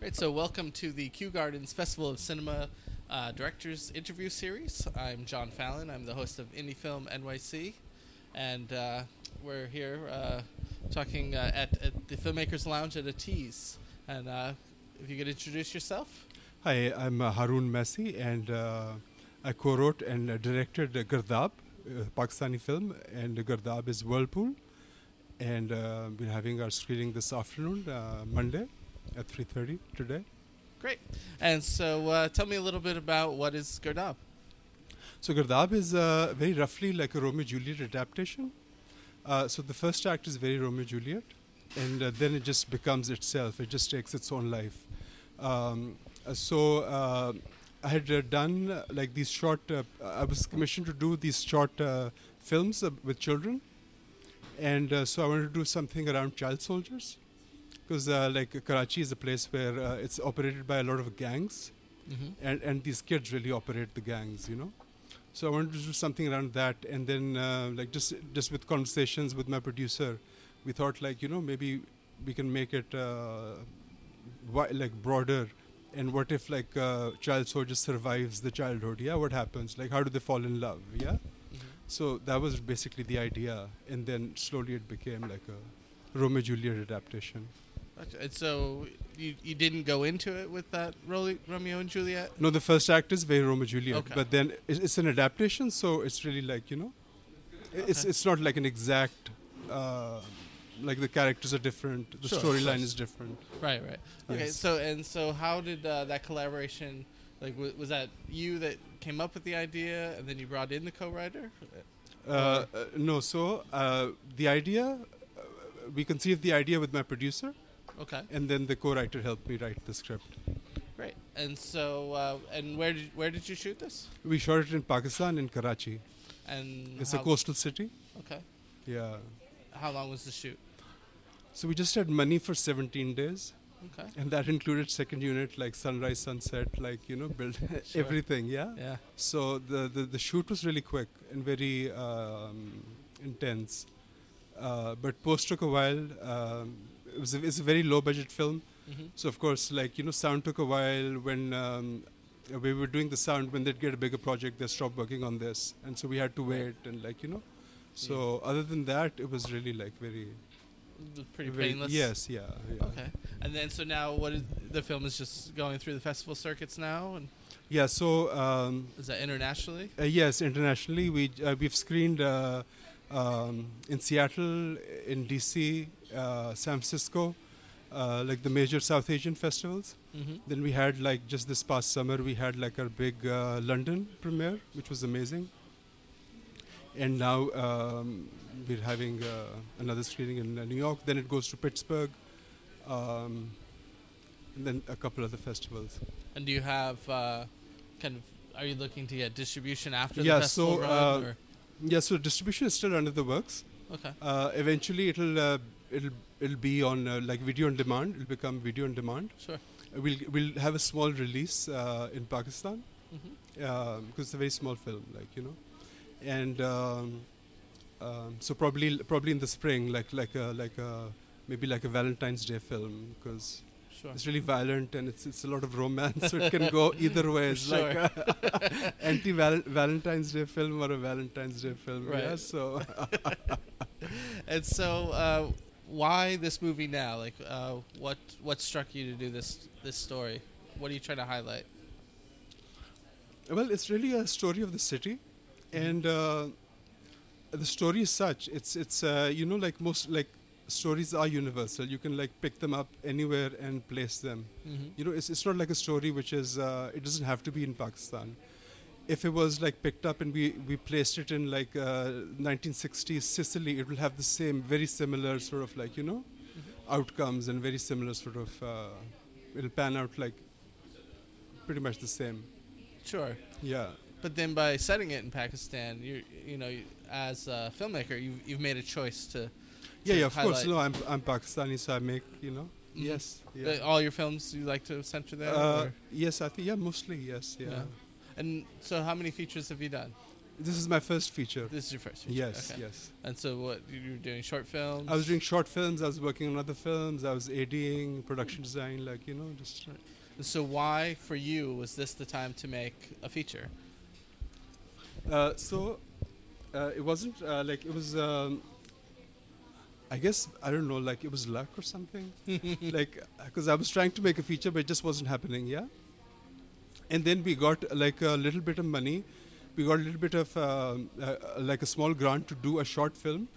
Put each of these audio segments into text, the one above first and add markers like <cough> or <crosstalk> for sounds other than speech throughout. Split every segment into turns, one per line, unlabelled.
Right, so welcome to the Kew Gardens Festival of Cinema uh, Directors Interview Series. I'm John Fallon. I'm the host of Indie Film NYC, and uh, we're here uh, talking uh, at, at the Filmmakers Lounge at a tease. And uh, if you could introduce yourself,
Hi, I'm uh, Haroon Messi, and uh, I co wrote and uh, directed uh, Gardab, uh, Pakistani film, and Gardab is Whirlpool. And uh, we're having our screening this afternoon, uh, Monday at 3.30 today.
great. And so uh, tell me a little bit about what is Gurdab.
So Gardab is uh, very roughly like a Romeo and Juliet adaptation. Uh, so the first act is very Romeo and Juliet, and uh, then it just becomes itself. It just takes its own life. Um, uh, so uh, I had uh, done uh, like these short. Uh, I was commissioned to do these short uh, films uh, with children, and uh, so I wanted to do something around child soldiers, because uh, like Karachi is a place where uh, it's operated by a lot of gangs
Mm-hmm.
and and these kids really operate the gangs you know so i wanted to do something around that and then uh, like just just with conversations with my producer we thought like you know maybe we can make it uh, wi- like broader and what if like uh, child soldier survives the childhood yeah what happens like how do they fall in love yeah so that was basically the idea and then slowly it became like a romeo and juliet adaptation
And so you, you didn't go into it with that Role- Romeo and Juliet.
No, the first act is very Romeo and Juliet,
Okay.
but then it's, it's an adaptation, so it's really like you know, i- it's
Okay.
it's not like an exact, uh, like the characters are different, the
Sure,
storyline
yes.
is different.
Right, right. Okay,
Yes.
so and so, how did uh, that collaboration? Like, w- was that you that came up with the idea, and then you brought in the co-writer?
Uh, uh, no, so uh, the idea, uh, we conceived the idea with my producer,
Okay,
and then the co-writer helped me write the script.
great. And so, uh, and where did where did you shoot this?
We shot it in Pakistan in Karachi.
And
It's
how,
a coastal city.
Okay,
Yeah.
how long was the shoot?
So we just had money for 17 days.
Okay,
And that included second unit, like sunrise, sunset, like, you know, build
<laughs> Sure.
everything, yeah?
yeah,
So the, the, the shoot was really quick and very um, intense. Uh, but post took a while. Um, it was a, it's a very low budget film.
hmm
So, of course, like, you know, sound took a while when um, we were doing the sound. When they'd get a bigger project, they stopped working on this. And so we had to
Right.
wait and, like, you know. So, other than that, it was really like very.
pretty
very-
painless.
Yes, yeah. yeah.
Okay, and then so now what is the film is just going through the festival circuits now, and
Yeah, so. Um,
is that internationally?
Uh, yes, internationally, we uh, we've screened uh, um, in Seattle, in DC, uh, San Francisco, uh, like the major South Asian festivals.
Mm-hmm.
Then we had like just this past summer, we had like our big uh, London premiere, which was amazing. And now um, we're having uh, another screening in uh, New York. Then it goes to Pittsburgh, um, and then a couple other festivals.
And do you have uh, kind of? Are you looking to get distribution after
Yeah,
the festival
so,
run?
uh,
or?
Yeah, so distribution is still under the works.
Okay.
Uh, eventually, it'll uh, it'll it'll be on uh, like video on demand. It'll become video on demand.
Sure.
Uh, We'll we'll have a small release uh, in Pakistan
hmm
because it's a very small film, like you know, and um, um, so probably probably in the spring, like like a like a maybe like a Valentine's Day film because
Sure.
it's really violent and it's it's a lot of romance, so it can go either way. It's like uh, a anti Valentine's Day film or a Valentine's Day film. Yeah.
Right.
So.
<laughs>
<laughs>
And so, uh, why this movie now? Like, uh, what what struck you to do this this story? What are you trying to highlight?
Well, it's really a story of the city, and uh, the story is such. It's it's uh, you know like most like stories are universal. You can like pick them up anywhere and place them.
Mm-hmm.
You know, it's it's not like a story which is uh, it doesn't have to be in Pakistan. If it was like picked up and we we placed it in like uh, 1960s Sicily, it will have the same very similar sort of like you know outcomes and very similar sort of uh, it'll pan out like pretty much the same.
Sure.
Yeah.
But then, by setting it in Pakistan, you you know, you, as a filmmaker, you you've made a choice to.
Yeah,
to
yeah, of course.
highlight-
No, I'm I'm Pakistani, so I make you know.
Mhm.
Yes.
Like,
Yeah.
all your films you like to center there.
Uh,
or-
yes, I think yeah, mostly yes. Yeah.
Yeah. and so, how many features have you done?
This is my first feature.
This is your first feature.
Yes,
okay.
yes.
And so what you were doing short films?
I was doing short films. I was working on other films. I was ADing, production
Mm.
design, like you know, just
So why for you was this the time to make a feature?
Uh, so uh, it wasn't uh, like it was. Um, I guess I don't know, like it was luck or something, like because I was trying to make a feature, but it just wasn't happening. Yeah, and then we got like a little bit of money. We got a little bit of um, uh, like a small grant to do a short film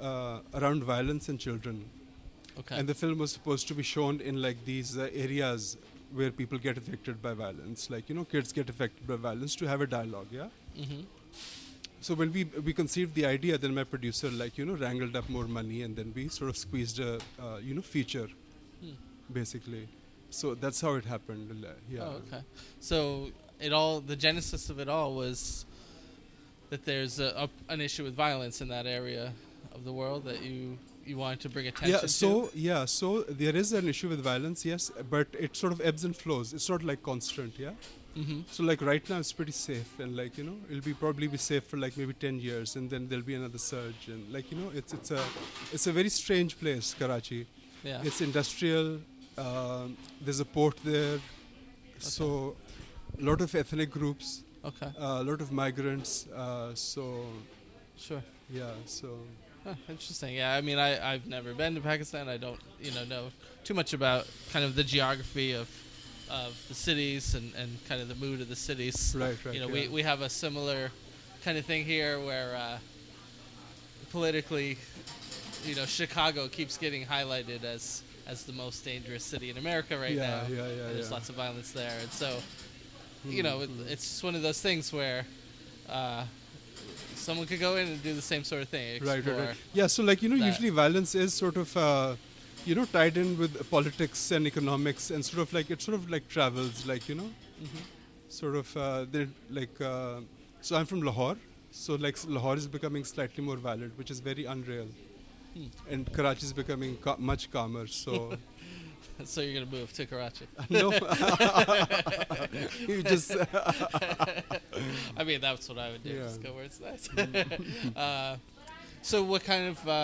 uh, around violence in children.
Okay.
And the film was supposed to be shown in like these uh, areas where people get affected by violence, like you know, kids get affected by violence to have a dialogue. Yeah.
mm-hmm.
So when we we conceived the idea, then my producer like you know wrangled up more money, and then we sort of squeezed a uh, you know feature,
Hmm.
basically. So that's how it happened. l- Yeah.
Oh, okay. So it all the genesis of it all was that there's a, a, an issue with violence in that area of the world that you you wanted to bring attention
Yeah.
to.
So yeah. So there is an issue with violence, yes, but it sort of ebbs and flows. It's not like constant. Yeah.
hmm
So like right now, it's pretty safe, and like you know, it'll be probably be safe for like maybe ten years, and then there'll be another surge, and like you know, it's it's a it's a very strange place, Karachi.
yeah.
It's industrial. Um, there's a port there, so a lot of ethnic groups,
okay.
a lot of migrants. Uh, so
Sure.
yeah, so
Huh, interesting. Yeah, I mean, I I've never been to Pakistan. I don't you know know too much about kind of the geography of of the cities and and kind of the mood of the cities.
right, right.
you know,
yeah.
we, we have a similar kind of thing here where uh, politically, you know, Chicago keeps getting highlighted as as the most dangerous city in America right
Yeah,
now.
yeah, yeah,
and There's
yeah. Hmm,
lots of violence there, and so you know, it, it's just one of those things where uh, someone could go in and do the same sort of thing.
right, right,
explore.
right. Yeah, so like you know,
that.
usually violence is sort of. Uh, you know, tied in with politics and economics, and sort of like it sort of like travels, like you know,
Mhm.
sort of uh, they're like. Uh, so I'm from Lahore, so like s- Lahore is becoming slightly more violent, which is very unreal,
Hmm.
and Karachi is becoming ca- much calmer.
<laughs>
So
So you're gonna move to Karachi.
no, <laughs> you just
I mean, that's what I would do.
Yeah.
Just go where it's nice. <laughs> uh, so, what kind of uh,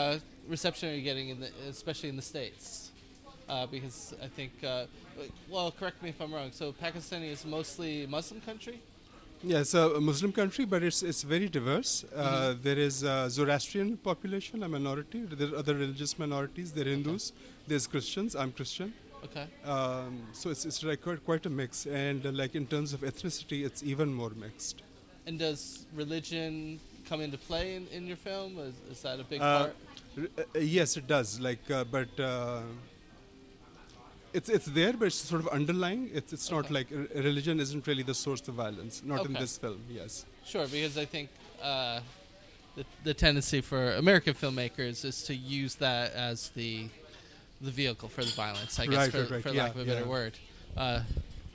reception are you getting in the, especially in the states? Uh, because I think, uh, well, correct me if I'm wrong. So, Pakistan is mostly Muslim country.
yeah, it's a Muslim country, but it's it's very diverse. Uh,
Mm-hmm.
there is a Zoroastrian population, a minority. There are other religious minorities. There are Hindus. There's Christians. I'm Christian.
Okay.
Um, so it's it's like quite, quite a mix, and uh, like in terms of ethnicity, it's even more mixed.
And does religion come into play in, in your film? Is, is that a big
Uh,
part?
R- uh, uh, yes, it does. Like, uh, but uh, it's it's there, but it's sort of underlying. It's it's not
Okay.
like r- religion isn't really the source of violence. Not in
Okay.
this film. Yes.
Sure, because I think uh, the, the tendency for American filmmakers is to use that as the the vehicle for the violence. I guess,
Right,
for,
right, right.
for
Yeah,
lack of a better
yeah.
word. Uh,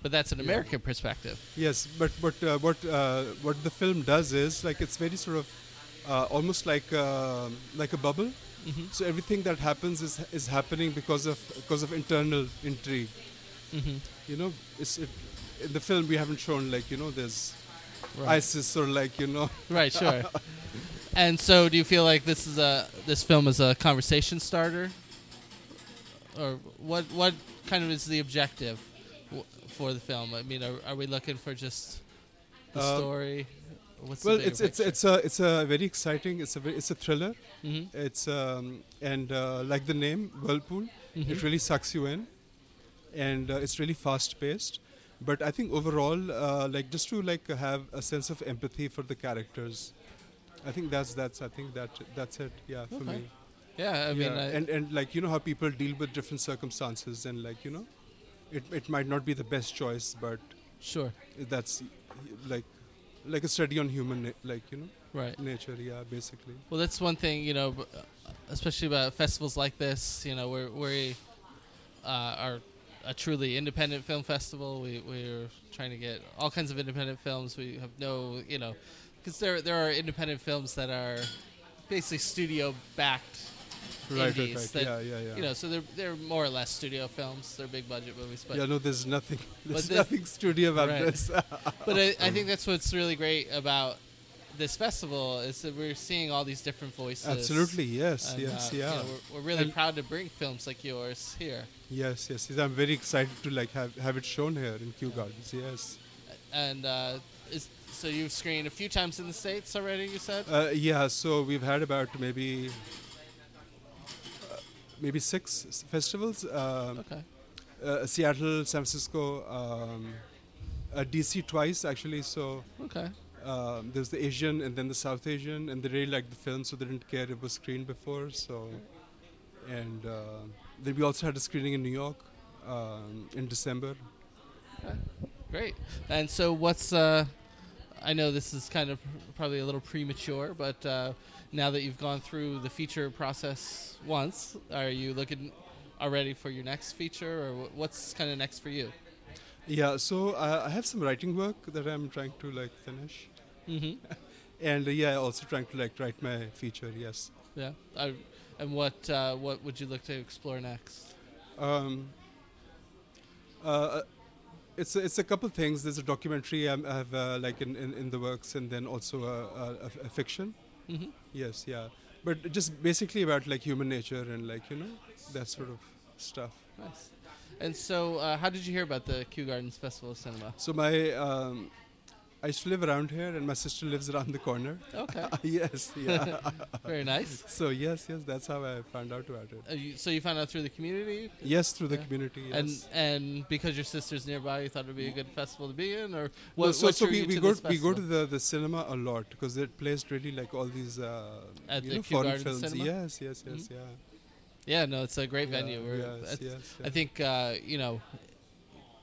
but that's an American perspective.
Yes, but but uh, what uh, what the film does is like it's very sort of uh, almost like uh, like a bubble.
Mhm.
So everything that happens is is happening because of because of internal intrigue.
Mm-hmm.
You know, it's it, in the film we haven't shown like you know there's
Right.
ISIS or like you know
right,
<laughs>
sure. and so, do you feel like this is a this film is a conversation starter, or what? What kind of is the objective w- for the film? I mean, are, are we looking for just the
Uh,
story? What's
well it's it's it's a it's a very exciting it's a very, it's a thriller
hmm
it's um, and uh, like the name whirlpool
Mm-hmm.
it really sucks you in and uh, it's really fast paced but i think overall uh, like just to like have a sense of empathy for the characters i think that's that's i think that that's it yeah for
Okay.
me
Yeah, I mean,
Yeah,
I,
and and like you know how people deal with different circumstances and like you know it, it might not be the best choice but
sure,
that's like like a study on human na- like you know
right.
nature yeah basically
Well, that's one thing, you know, b- especially about festivals like this. You know, we're we uh, are a truly independent film festival. We we're trying to get all kinds of independent films. We have no, you know, because there there are independent films that are basically studio backed.
right right
indies
right
that,
yeah yeah yeah
You know, so they're they're more or less studio films. They're big budget movies, but
yeah no there's nothing <laughs> there's
the-
nothing studio
<laughs>
about
Right.
this
but I, I think that's what's really great about this festival is that we're seeing all these different voices.
Absolutely, yes,
And,
yes,
uh, you
yeah.
know, we're, we're really
And-
proud to bring films like yours here.
Yes, yes, yes. I'm very excited to like have, have it shown here in Kew Gardens. Yes,
And uh, is, so you've screened a few times in the states already. You said.
uh, yeah. So we've had about maybe uh, maybe six s- festivals: um,
okay.
uh, Seattle, San Francisco, um, uh, DC twice actually. So
Okay.
um, there's the Asian and then the South Asian, and they really liked the film, so they didn't care it was screened before. So, and uh, then we also had a screening in New York um, in December.
Great. And so, what's uh, I know this is kind of probably a little premature, but uh, now that you've gone through the feature process once, are you looking already for your next feature, or wh- what's kind of next for you?
Yeah, so uh, I have some writing work that I'm trying to like finish,
Mm-hmm.
and uh, yeah, also trying to like write my feature. Yes,
Yeah. I, and what uh, what would you look to explore next?
um, uh, it's a, it's a couple things. There's a documentary I'm, I have uh, like in, in, in the works, and then also a, a, a f- a fiction.
Mm-hmm.
Yes, yeah, but just basically about like human nature and like you know that sort of stuff.
Nice. And so, uh, how did you hear about the Kew Gardens Festival of Cinema?
So my um, I used to live around here, and my sister lives around the corner.
Okay.
<laughs> yes, yeah.
<laughs> Very nice.
<laughs> so yes, yes, that's how I found out about it.
Uh, you, so you found out through the community,
Yes, through the
Yeah.
community. Yes.
And and because your sister's nearby, you thought it'd be a good festival to be in, or
No,
what?
so,
what
so
drew
we,
you
we
to
go
this
we go to
festival?
the, the cinema a lot because it plays really like all these uh,
At
you
the
know,
Kew
foreign
Gardens
films.
Cinema?
Yes, yes, yes,
Mhm.
yeah.
yeah, no, it's a great
Yeah,
venue. We're,
yes,
that's-
yes,
I
yeah.
think uh, you know,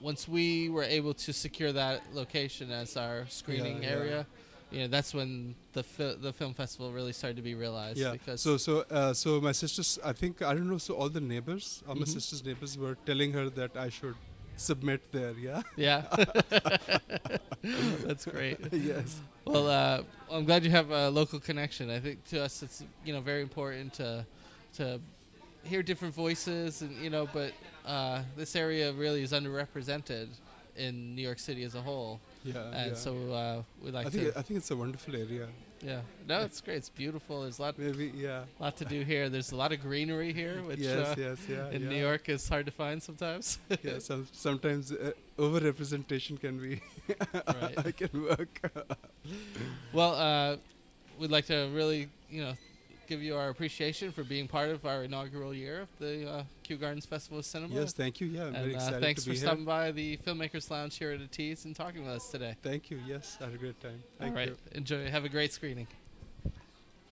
once we were able to secure that location as our screening
yeah.
area, you know, that's when the fi- the film festival really started to be realized.
Yeah.
because
so so uh, so my sisters, I think I don't know. So all the neighbors, all my
Mhm.
sister's neighbors, were telling her that I should submit there. Yeah. <laughs>
<laughs> yeah, that's great.
yes.
Well, uh, I'm glad you have a local connection. I think to us, it's you know very important to to hear different voices, and you know, but uh, this area really is underrepresented in New York City as a whole,
Yeah.
and
Oh, yeah.
so uh, we like
I think
to.
I think it's a wonderful area.
yeah, no, it's great. It's beautiful. There's a lot
Maybe yeah.
lot to do here. There's a lot of greenery here, which
yes,
uh,
yes, yeah.
in New
yeah.
York is hard to find
<laughs>
sometimes.
yeah, some, sometimes uh, overrepresentation can be <laughs>
<laughs> right.
can work.
Well, uh, we'd like to really, you know, give you our appreciation for being part of our inaugural year of the uh, Kew Gardens Festival of Cinema.
yes, thank you. Yeah, I'm
and
very
uh,
excited
thanks
to
for
be here.
stopping by the Filmmakers Lounge here at Atees and talking with us today.
Thank you. Yes, I had a great time.
All
Thank
right,
you.
enjoy. Have a great screening.